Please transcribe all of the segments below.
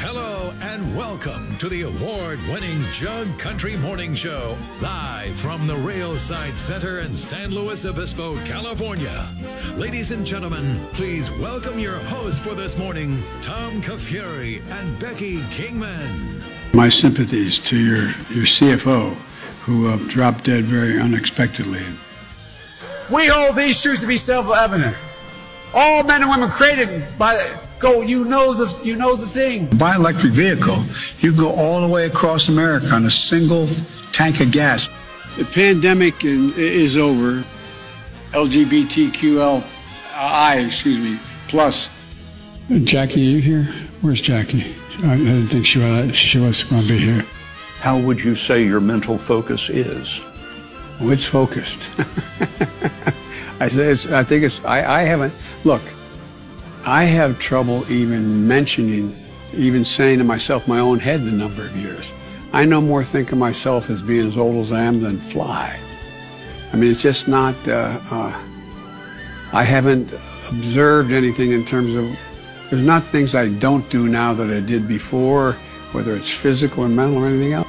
Hello and welcome to the award winning Jug Country Morning Show, live from the Railside Center in San Luis Obispo, California. Ladies and gentlemen, please welcome your hosts for this morning, Tom Kafuri and Becky Kingman. My sympathies to your, your CFO, who uh, dropped dead very unexpectedly. We hold these truths to be self-evident. All men and women created by go. You know the you know the thing. Buy an electric vehicle, you can go all the way across America on a single tank of gas. The pandemic in, is over. LGBTQLI, excuse me, plus. Jackie, are you here? Where's Jackie? I I didn't think she was, she was going to be here. How would you say your mental focus is? Well, it's focused. I say it's, I think it's. I, I haven't. Look, I have trouble even mentioning, even saying to myself in my own head the number of years. I no more think of myself as being as old as I am than fly. I mean, it's just not. Uh, uh, I haven't observed anything in terms of. There's not things I don't do now that I did before, whether it's physical or mental or anything else.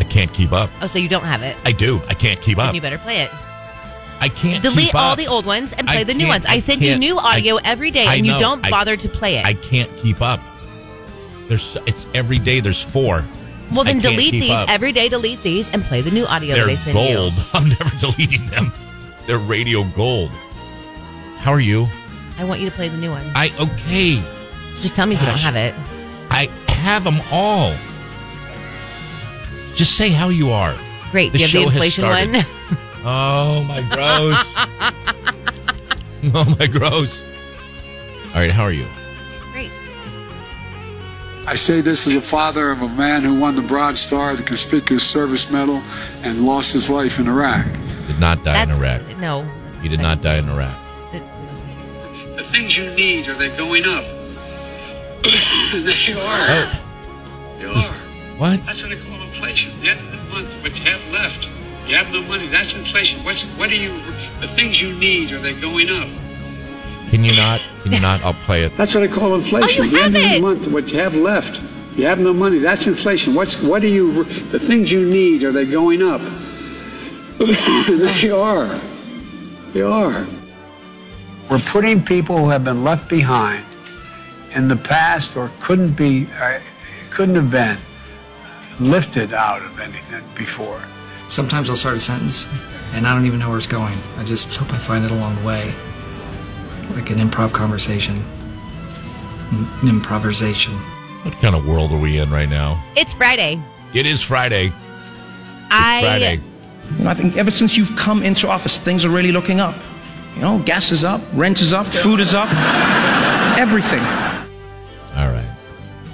I can't keep up. Oh, so you don't have it. I do. I can't keep up. Then you better play it. Uh, I can't Delete keep all up. the old ones and I play the new can't- ones. I, send you can't- new I- audio every day, I and you know. don't I- bother to play it. I can't keep up. There's it's every day. There's four. well, I then can't delete keep these up. every day. Delete these and play the new audio They're they send gold. you. I'm never deleting them. They're radio gold. How are you? I want you to play the new one. I okay. Just tell me if you don't Gosh. have it. I have them all. Just say how you are. Great. The Do you have the show has inflation started. one? Oh my gross. oh my gross. All right. How are you? Great. I say this as a father of a man who won the Broad Star, the Conspicuous Service Medal, and lost his life in Iraq. Did not die in Iraq. No. You did not die in Iraq. The things you need, are they going up? they are. Oh, They are. what? That's what I call inflation. The end of the month, what you have left. You have no money. That's inflation. What's what are you the things you need, are they going up? Can you not? Can you not? I'll play it. That's what I call inflation. Oh, you the end have of the it. month, what you have left. You have no money. That's inflation. What's what are you the things you need, are they going up? they are. They are. We're putting people who have been left behind in the past or couldn't be uh, couldn't have been lifted out of anything before. Sometimes I'll start a sentence and I don't even know where it's going. I just hope I find it along the way. Like an improv conversation. An improvisation. What kind of world are we in right now? It's Friday. It is Friday. It's I Friday. You know, I think ever since you've come into office, things are really looking up. You know, gas is up, rent is up, food is up, everything. All right.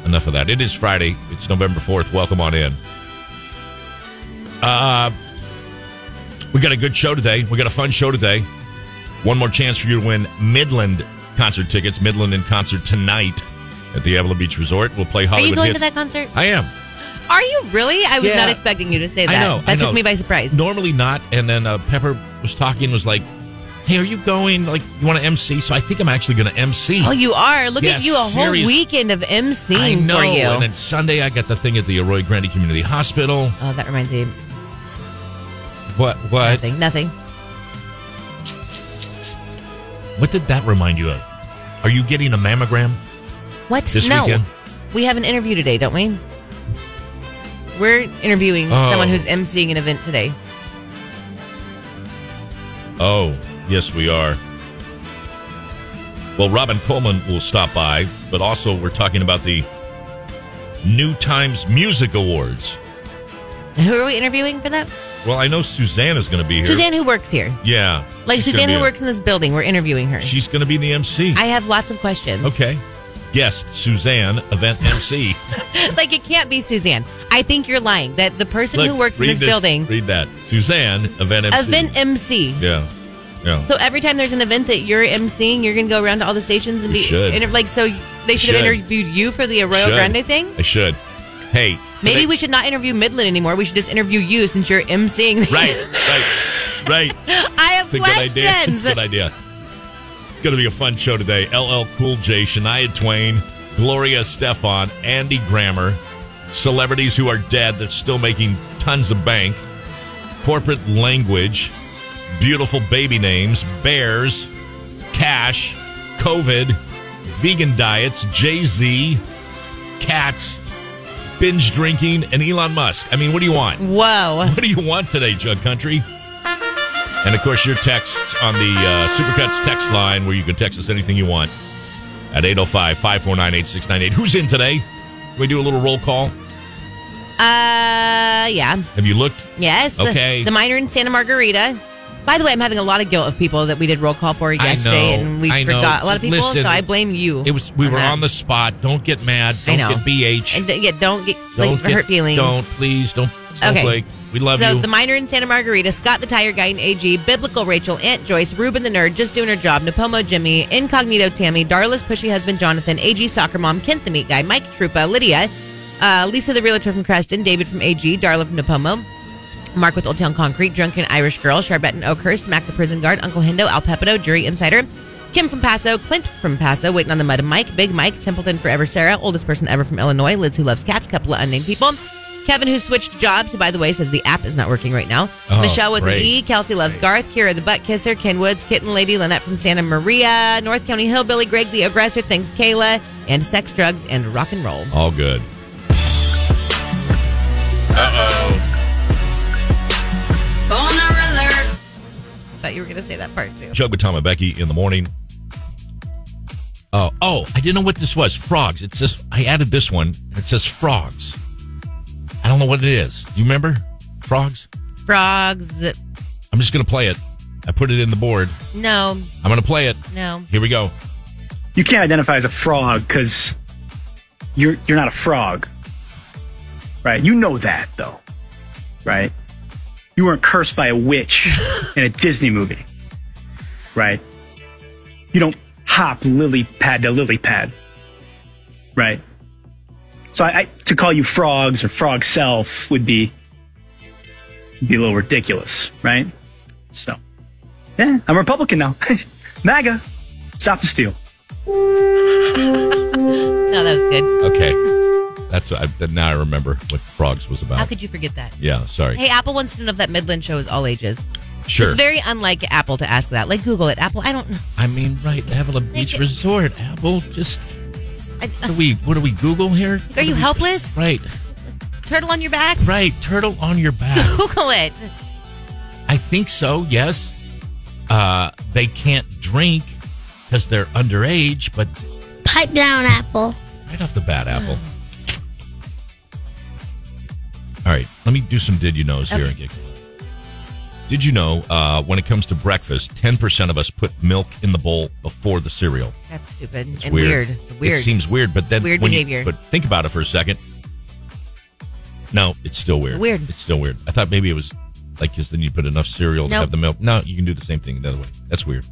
Enough of that. It is Friday. It's November 4th. Welcome on in. Uh, we got a good show today. We got a fun show today. One more chance for you to win Midland concert tickets. Midland in concert tonight at the Avila Beach Resort. We'll play Are Hollywood you going hits. to that concert? I am. Are you really? I was Yeah. not expecting you to say that. I know. that I took know. me by surprise. Normally not. And then uh, Pepper was talking, was like, hey, are you going? Like, you want to MC? So I think I'm actually going to MC. Oh, you are. Look Yeah, at you. A whole serious- weekend of MCing I know. for you. And then Sunday, I got the thing at the Arroyo Grande Community Hospital. oh, that reminds me. What? What? Nothing. Nothing. What did that remind you of? Are you getting a mammogram? What? This no. weekend? We have an interview today, don't we? We're interviewing Oh. someone who's emceeing an event today. Oh, yes, we are. Well, Robin Coleman will stop by, but also we're talking about the New Times Music Awards. Who are we interviewing for that? Well, I know Suzanne is going to be here. Suzanne, who works here. Yeah. Like she's Suzanne, gonna be who a- works in this building. We're interviewing her. She's going to be the MC. I have lots of questions. okay. Guest Suzanne, event MC. like it can't be Suzanne. I think you're lying. That the person Look, who works in read this, building, Read that. Suzanne, event MC. event MC. Yeah. Yeah. So every time there's an event that you're emceeing, you're going to go around to all the stations and You be should. inter- like, so they should, have should. interviewed you for the Royal Should. Grande thing. I should. Hey. Maybe they- we should not interview Midland anymore. We should just interview you since you're emceeing. the- Right, right, right. I have It's a good idea. questions. It's a good idea. Going to be a fun show today. LL Cool J, Shania Twain, Gloria Stefan, Andy Grammer, celebrities who are dead that's still making tons of bank, corporate language, beautiful baby names, bears, cash, COVID, vegan diets, Jay Z, cats, binge drinking, and Elon Musk. I mean, what do you want? Whoa. What do you want today, Jug Country? And of course, your texts on the uh, Supercuts text line where you can text us anything you want at 805 549 8698. Who's in today? Can we do a little roll call? Uh, yeah. Have you looked? Yes. Okay. The minor in Santa Margarita. By the way, I'm having a lot of guilt of people that we did roll call for yesterday know, and we I know. forgot a lot of people, Listen, so I blame you. It was We were that. on the spot. Don't get mad. I Don't know. get BH. And, uh, yeah, don't get don't like, get- hurt feelings. Don't, please. Don't. Okay. Snowflake. We love so you. the minor in Santa Margarita, Scott the Tire Guy in AG, Biblical Rachel, Aunt Joyce, Ruben the Nerd, Just Doing Her Job, Napomo Jimmy, Incognito Tammy, Darla's Pushy Husband Jonathan, AG Soccer Mom, Kent the Meat Guy, Mike Trupa, Lydia, uh, Lisa the Realtor from Creston, David from AG, Darla from Napomo, Mark with Old Town Concrete, Drunken Irish Girl, Charbette and Oakhurst, Mac the Prison Guard, Uncle Hendo, Al Pepito, Jury Insider, Kim from Paso, Clint from Paso, Waiting on the Mud, Mike, Big Mike, Templeton Forever, Sarah, Oldest Person Ever from Illinois, Liz who loves cats, couple of unnamed people, Kevin who switched jobs, who by the way says the app is not working right now, Oh, Michelle with great. an E, Kelsey loves Garth, Kira the Butt Kisser, Ken Woods, Kitten Lady, Lynette from Santa Maria, North County Hillbilly, Greg the Aggressor, thanks Kayla, and Sex, Drugs, and Rock and Roll. All good. Thought you were going to say that part too. Chug with Tom and Becky in the morning. Oh, oh, I didn't know what this was. Frogs. It says I added this one. and It says frogs. I don't know what it is. You remember? Frogs? Frogs, I'm just gonna play it. I put it in the board. no, I'm gonna play it. no. Here we go. you can't identify as a frog because you're you're not a frog, right? You know that though, right? You weren't cursed by a witch in a Disney movie, right? You don't hop lily pad to lily pad, right? So I, I to call you frogs or frog self would be be a little ridiculous, right? So yeah, I'm a Republican now. MAGA, stop the steal. No, that was good. Okay. That's I, now I remember what frogs was How about. could you forget that? yeah, sorry. Hey, Apple wants to know if that Midland show is all ages. sure. It's very unlike Apple to ask that. Like Google it. Apple, I don't know. I mean, right? Avila Beach it- Resort. Apple. Just I- what do we? What do we Google here? Are you helpless? Right, Turtle on your back? right. Turtle on your back. Google it. I think so. Yes. Uh, they can't drink because they're underage. But Pipe down, Apple. right off the bat, Apple. All right, let me do some did you knows here. and get- Did you know uh, when it comes to breakfast, ten percent of us put milk in the bowl before the cereal. That's stupid It's and weird. weird. It's weird. It seems weird, but then Weird when You, behavior. but think about it for a second. No, it's still weird. Weird. It's still weird. I thought maybe it was like because then you put enough cereal to Nope. have the milk. No, you can do the same thing the other way. That's weird.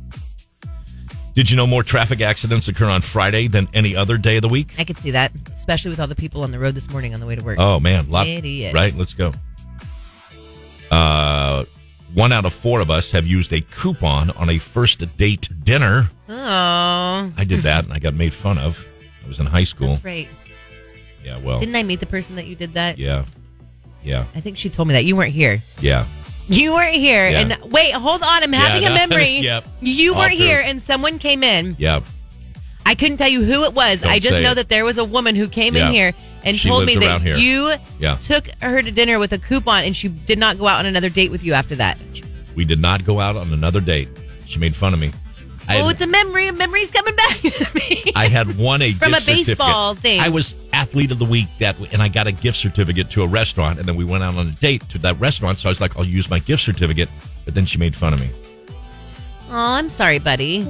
Did you know more traffic accidents occur on Friday than any other day of the week? I could see that, especially with all the people on the road this morning on the way to work. Oh man, lot Idiot. right. Let's go. Uh, one out of four of us have used a coupon on a first date dinner. Oh, I did that, and I got made fun of. I was in high school. that's right. Yeah, well, Didn't I meet the person that you did that? Oh. yeah, yeah, I think she told me that. You weren't here. yeah. You weren't here. Yeah. And wait, hold on. I'm Yeah, having no. a memory. Yep. You All weren't true. here and someone came in. Yeah. I couldn't tell you who it was. Don't I just say know it. that there was a woman who came Yeah. in here and She told lives me that around here. you Yeah. took her to dinner with a coupon and she did not go out on another date with you after that. We did not go out on another date. She made fun of me. I oh, had, it's a memory. A memory's coming back to me. I had won a From gift a baseball certificate. thing. I was athlete of the week that, w- and I got a gift certificate to a restaurant, and then we went out on a date to that restaurant. So I was like, I'll use my gift certificate, but then she made fun of me. oh, I'm sorry, buddy.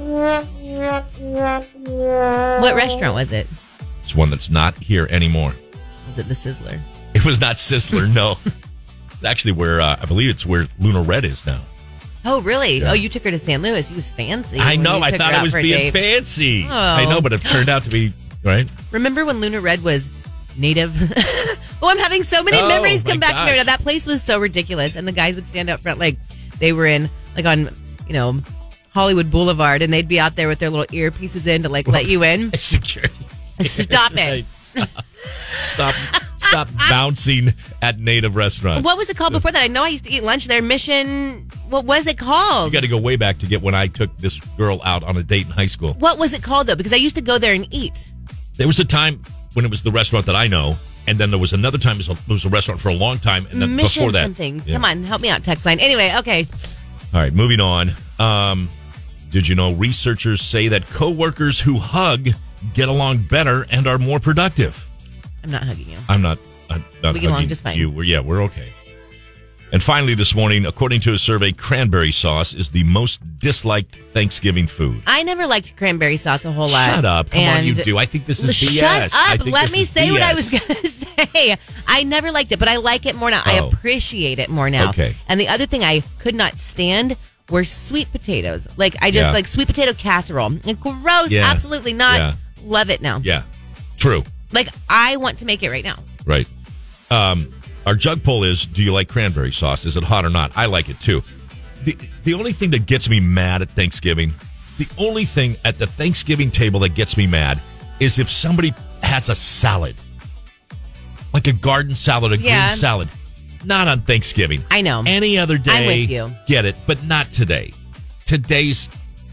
What restaurant was it? It's one that's not here anymore. Was it the Sizzler? It was not Sizzler. No, it's actually where uh, I believe it's where Luna Red is now. Oh, really? Oh, you took her to San Luis. He was fancy. I when know. you I took thought her I out was for a being date. fancy. Oh. I know, but it turned out to be right. Remember when Luna Red was native? oh, I'm having so many Oh, memories come my back to me. gosh. That place was so ridiculous, and the guys would stand out front like they were in, like on, you know, Hollywood Boulevard, and they'd be out there with their little earpieces in to like let you in. Security. Stop it. Stop. Stop bouncing at native restaurants. What was it called before that? I know I used to eat lunch there. Mission. What was it You called? got to go way back to get when I took this girl out on a date in high school. What was it called though? Because I used to go there and eat. There was a time when it was the restaurant that I know, and then there was another time it was a, it was a restaurant for a long time, and then Mission before that, something. Yeah. Come on, help me out. Text line. Anyway, okay. All right, moving on. Um, did you know researchers say that coworkers who hug get along better and are more productive? I'm not hugging you. I'm not. I'm not We get along hugging just fine. You. We're, yeah, we're okay. And finally, this morning, according to a survey, cranberry sauce is the most disliked Thanksgiving food. I never liked cranberry sauce a whole lot. Shut up! Come on, you do. I think this is BS. Shut up. I think Let this me is say what I BS. was going to say. I never liked it, but I like it more now. I Oh. appreciate it more now. Okay. And the other thing I could not stand were sweet potatoes. Like, I just Yeah. like sweet potato casserole. Like, gross. Yeah. Absolutely not. Yeah. Love it now. Yeah, true. Like, I want to make it right now. Right. Um, our jug poll is: Do you like cranberry sauce? Is it hot or not? I like it too. The the only thing that gets me mad at Thanksgiving, the only thing at the Thanksgiving table that gets me mad is if somebody has a salad, like a garden salad, a Yeah. green salad. Not on Thanksgiving. I know. Any other day, I'm with you. get it, but not today. Today's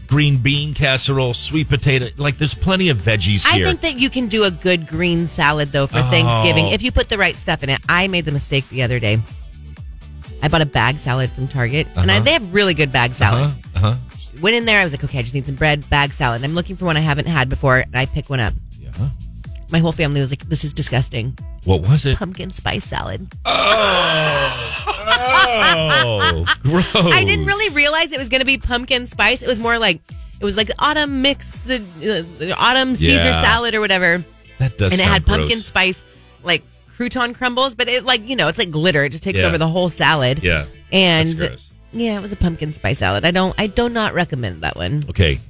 green bean casserole, sweet potato. Like, there's plenty of veggies I here. think that you can do a good green salad though for Oh. Thanksgiving if you put the right stuff in it. I made the mistake the other day. I bought a bag salad from Target, and I, Uh-huh. they have really good bag salads. uh-huh. Went in there, I was like, okay, I just need some bread, bag salad. And I'm looking for one I haven't had before, and I pick one up. Yeah. My whole family was like, this is disgusting. What was it? Pumpkin spice salad. Oh, gross. I didn't Oh, really realize it was going to be pumpkin spice. It was more like, it was like autumn mix, uh, uh, autumn Caesar Yeah. salad or whatever. That does and it sound had pumpkin gross. spice like crouton crumbles, but it like you know it's like glitter. It just takes Yeah. over the whole salad. Yeah. and That's gross. yeah, it was a pumpkin spice salad. I don't, I do not recommend that one. Okay.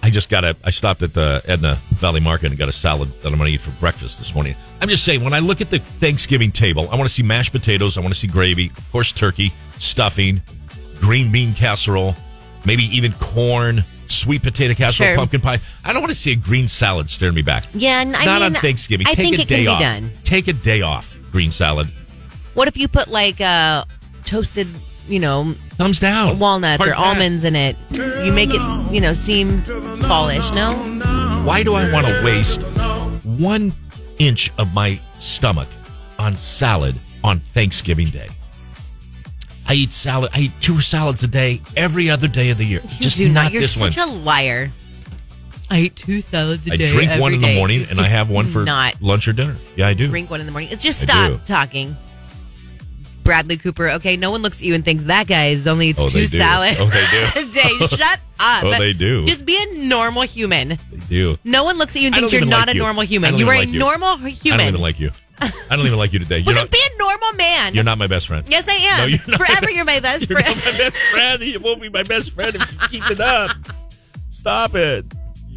I just got a. I stopped at the Edna Valley Market and got a salad that I'm going to eat for breakfast this morning. I'm just saying, when I look at the Thanksgiving table, I want to see mashed potatoes. I want to see gravy, of course, turkey, stuffing, green bean casserole, maybe even corn, sweet potato casserole, Sure. pumpkin pie. I don't want to see a green salad staring me back. Yeah, and I Not mean, on Thanksgiving. I Take think a it day can be off. done. Take a day off. Green salad. What if you put like uh, toasted, you know, Thumbs down. walnuts or Hard pass. almonds in it? You make it, you know, seem fallish. No, Why do I want to waste one inch of my stomach on salad on Thanksgiving Day? I eat salad. I eat two salads a day every other day of the year. you Just do not, not. You're this one. such a liar. I eat two salads a I day. drink one every in the day. morning and I have one for Not lunch or dinner. Yeah, I do. drink one in the morning. Just I stop do. talking. Bradley Cooper, okay, no one looks at you and thinks that guy is only eats Oh, two they do. salads Oh, they do. a day. Shut up. Oh, they do. Just be a normal human. I do. No one looks at you and I don't thinks you're even not like a you. normal I human. don't You are even a like you. normal I human. don't even like you. I don't even like you today. well, You're not, just be a normal man. you're not my best friend. yes, I am. No, you're not. Forever you're my best You're not friend. my best friend. You won't be my best friend if you keep it up. Stop it.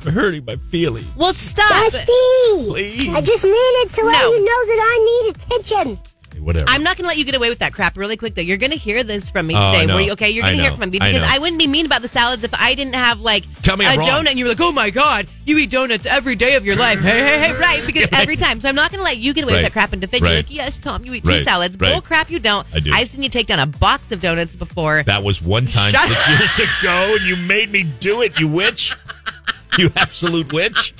You're hurting my feelings. well, stop. Please. I just needed to let No. you know that I need attention. Hey, whatever. I'm not going to let you get away with that crap really quick, though. You're going to hear this from me Oh, I today. know. where you- okay, you're I going to hear know. from me I because know. I, wouldn't be mean about the salads if I didn't have like Tell me a I'm wrong. donut and you were like, oh my God, you eat donuts every day of your life. hey, hey, hey, right. Because every time. So I'm not going to let you get away Right. with that crap and defend you. Right. Like, yes, Tom, you eat two Right. salads. Right. Bull crap, you don't. I do. I've seen you take down a box of donuts before. That was one time Shut six years ago, and you made me do it, you witch. You absolute witch.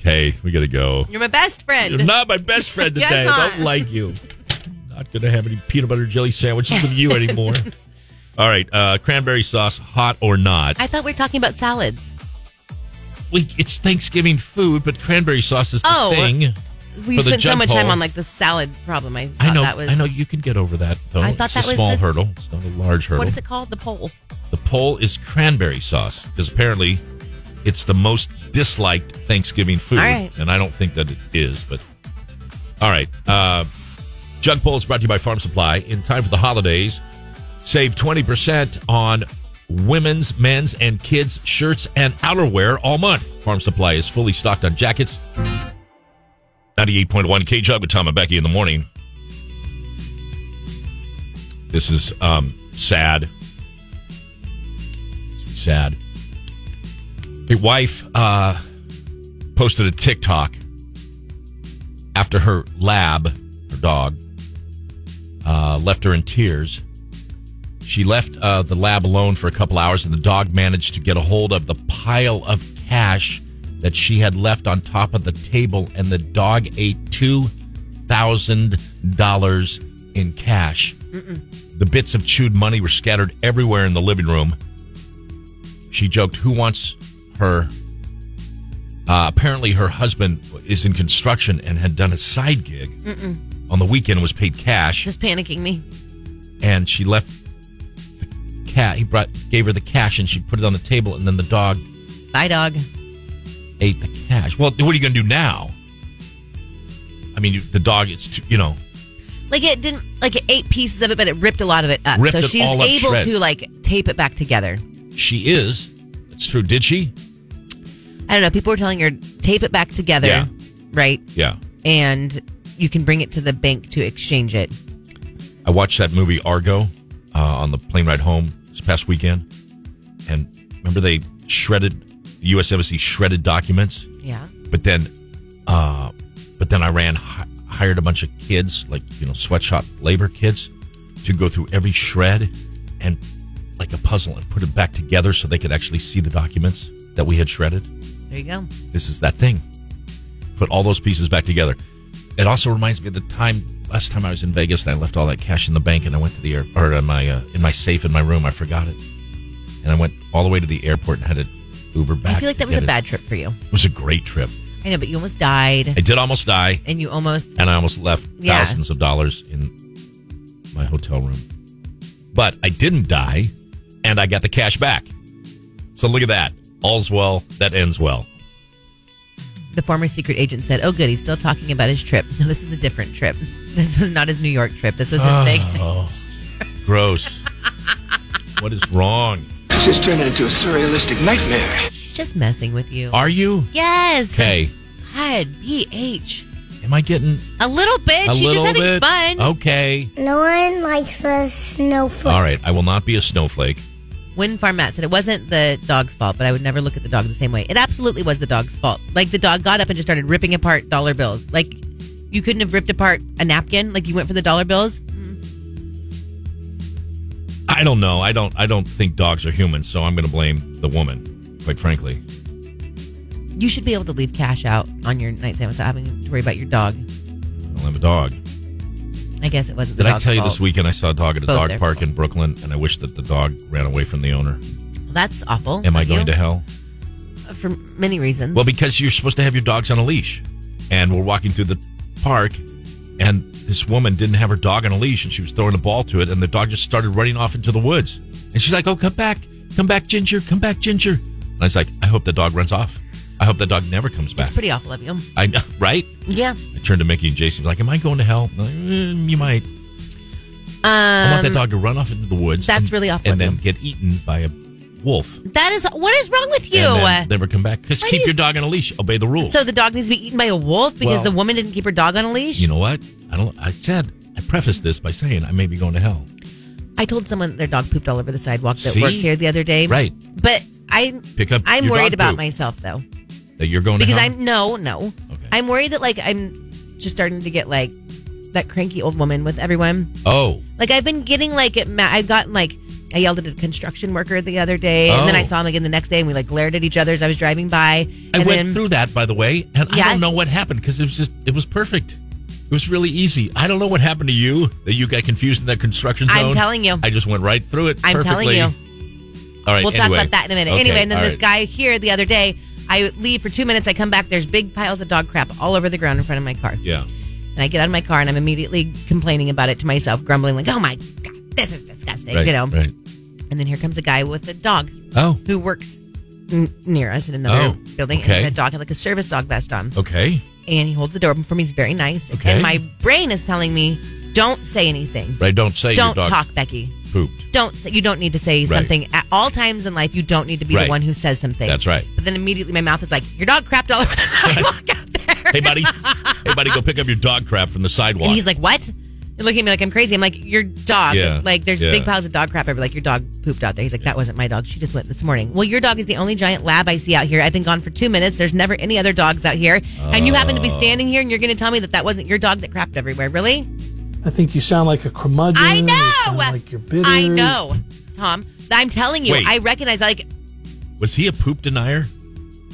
Okay, we gotta go. You're my best friend. You're not my best friend Yes, today. I not. don't like you. Not gonna have any peanut butter jelly sandwiches with you anymore. All right, uh, cranberry sauce, hot or not. I thought we were talking about salads. We, it's Thanksgiving food, but cranberry sauce is the Oh. thing. We For the spent so jug much poll. time on like the salad problem. I thought I know. that was. I know you can get over that though. I it's thought that a was small the- hurdle. It's not a large hurdle. What is it called? The poll. The poll is cranberry sauce because apparently it's the most disliked Thanksgiving food, All right. and I don't think that it is. But all right, uh, Jug Poll is brought to you by Farm Supply. In time for the holidays, Save 20% on women's, men's, and kids' shirts and outerwear all month. Farm Supply is fully stocked on jackets. 98.1 K Jug with Tom and Becky in the morning. This is um, sad. It's sad. A wife uh, posted a TikTok after her lab, her dog, uh, left her in tears. She left uh, the lab alone for a couple hours, and the dog managed to get a hold of the pile of cash that she had left on top of the table, and the dog ate $2,000 in cash. The bits of chewed money were scattered everywhere in the living room. She joked, Who wants her? Uh, apparently, her husband is in construction and had done a side gig Mm-mm. on the weekend, was paid cash Just panicking me. and she left the cat. He brought gave her the cash, and she put it on the table, and then the dog Bye, dog. ate the cash. Well, what are you going to do now? I mean, you- the dog. It's too, you know. Like it didn't. Like it ate pieces of it, but it ripped a lot of it up. Ripped so it she's all up able shreds. to like tape it back together. She is. It's true. Did she? I don't know. People were telling her tape it back together, Yeah. right? Yeah. And you can bring it to the bank to exchange it. I watched that movie Argo uh, on the plane ride home this past weekend, and remember they shredded the U.S. Embassy shredded documents. Yeah. But then, uh, but then Iran hi- hired a bunch of kids, like you know, sweatshop labor kids, to go through every shred and like a puzzle and put it back together so they could actually see the documents that we had shredded. There you go. This is that thing. Put all those pieces back together. It also reminds me of the time last time I was in Vegas and I left all that cash in the bank and I went to the air or in my uh, in my safe in my room. I forgot it, and I went all the way to the airport and had to Uber back. I feel like to that was get a it. bad trip for you. It was a great trip. I know, but you almost died, I did almost die, and you almost and I almost left Yeah. thousands of dollars in my hotel room. But I didn't die, and I got the cash back. So look at that. All's well that ends well. The former secret agent said, "Oh, good, he's still talking about his trip. No, this is a different trip. This was not his New York trip. This was his Vegas." Oh, gross. what is wrong? This is turning into a surrealistic nightmare. She's just messing with you. Are you yes. okay? God, BH. Am I getting A little bit. a She's little just having bit Uh- fun. okay? No one likes a snowflake. All right, I will not be a snowflake. Wind Farm Matt said it wasn't the dog's fault, but I would never look at the dog the same way. It absolutely was the dog's fault. Like the dog got up and just started ripping apart dollar bills. Like you couldn't have ripped apart a napkin. Like you went for the dollar bills. I don't know. I don't. I don't think dogs are human, so I'm going to blame the woman. Quite frankly, You should be able to leave cash out on your nightstand without having to worry about your dog. I don't have a dog. I guess it wasn't. The Did I dog's tell you this fault. weekend I saw a dog at a Both dog their park in Brooklyn, and I wish that the dog ran away from the owner. That's awful. Am I of going you. to hell? for many reasons. Well, because you're supposed to have your dogs on a leash, and we're walking through the park, and this woman didn't have her dog on a leash, and she was throwing a ball to it, and the dog just started running off into the woods, and she's like, "Oh, come back, come back, Ginger, come back, Ginger," and I was like, "I hope the dog runs off. I hope the dog never comes back." it's pretty awful of you. I know, right? Yeah. I turned to Mickey and Jason, like, "Am I going to hell?" I'm like, "Mm, you might. Um, I want that dog to run off into the woods. that's and- really awful and of then get eaten by a wolf. That is what is wrong with you. And then never come back. Just Why keep do you- your dog on a leash. Obey the rules. so the dog needs to be eaten by a wolf because Well- the woman didn't keep her dog on a leash. you know what? I don't. I said I prefaced this by saying I may be going to hell. I told someone their dog pooped all over the sidewalk that See? works here the other day. Right. But I Pick up I'm your dog worried about poop. myself though That you're going because to hell. I'm no no. I'm worried that like I'm just starting to get like that cranky old woman with everyone. Oh, Like I've been getting like it. ma- I've gotten like I yelled at a construction worker the other day, and then Oh. I saw him again the next day, and we like glared at each other as I was driving by. I and went then, through that by the way, and Yeah. I don't know what happened because it was just it was perfect. It was really easy. I don't know what happened to you that you got confused in that construction zone. I'm telling you. I just went right through it. I'm telling perfectly. you. All right. we'll talk anyway. about that in a minute. Okay, anyway, and then all this right. guy here the other day, I leave for two minutes. I come back. There's big piles of dog crap all over the ground in front of my car. Yeah. And I get out of my car and I'm immediately complaining about it to myself, grumbling like, "Oh my god, this is disgusting," Right, you know. Right. And then here comes a guy with a dog Oh. who works n- near us in Oh, another building, okay. and a dog had like a service dog vest on. Okay. and he holds the door open for me. He's very nice. Okay. And my brain is telling me, don't say anything. Right. Don't say Don't your dog. talk, Becky. pooped. Don't say- you don't need to say Right. something at all times in life. You don't need to be Right. the one who says something. That's right. But then immediately my mouth is like, your dog crapped all over the sidewalk. Hey, buddy. hey, buddy, go pick up your dog crap from the sidewalk. And he's like, what? And looking at me like I'm crazy. I'm like, your dog. Yeah, Like, there's yeah. big piles of dog crap everywhere. Like, your dog pooped out there. He's like, that wasn't my dog. She just went this morning. Well, your dog is the only giant lab I see out here. I've been gone for two minutes. There's never any other dogs out here. And you happen to be Oh. standing here and you're going to tell me that that wasn't your dog that crapped everywhere. Really? I think you sound like a curmudgeon. I know. like you're bitter. I know, Tom. I'm telling you, Wait. I recognize, like, was he a poop denier?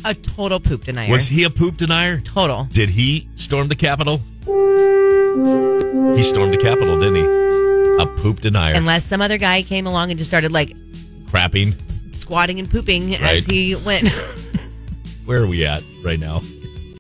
a total poop denier. Was he a poop denier? Total. Did he storm the Capitol? He stormed the Capitol, didn't he? A poop denier. Unless some other guy came along and just started, like, Crapping. squatting and pooping as Right. he went. Where are we at right now?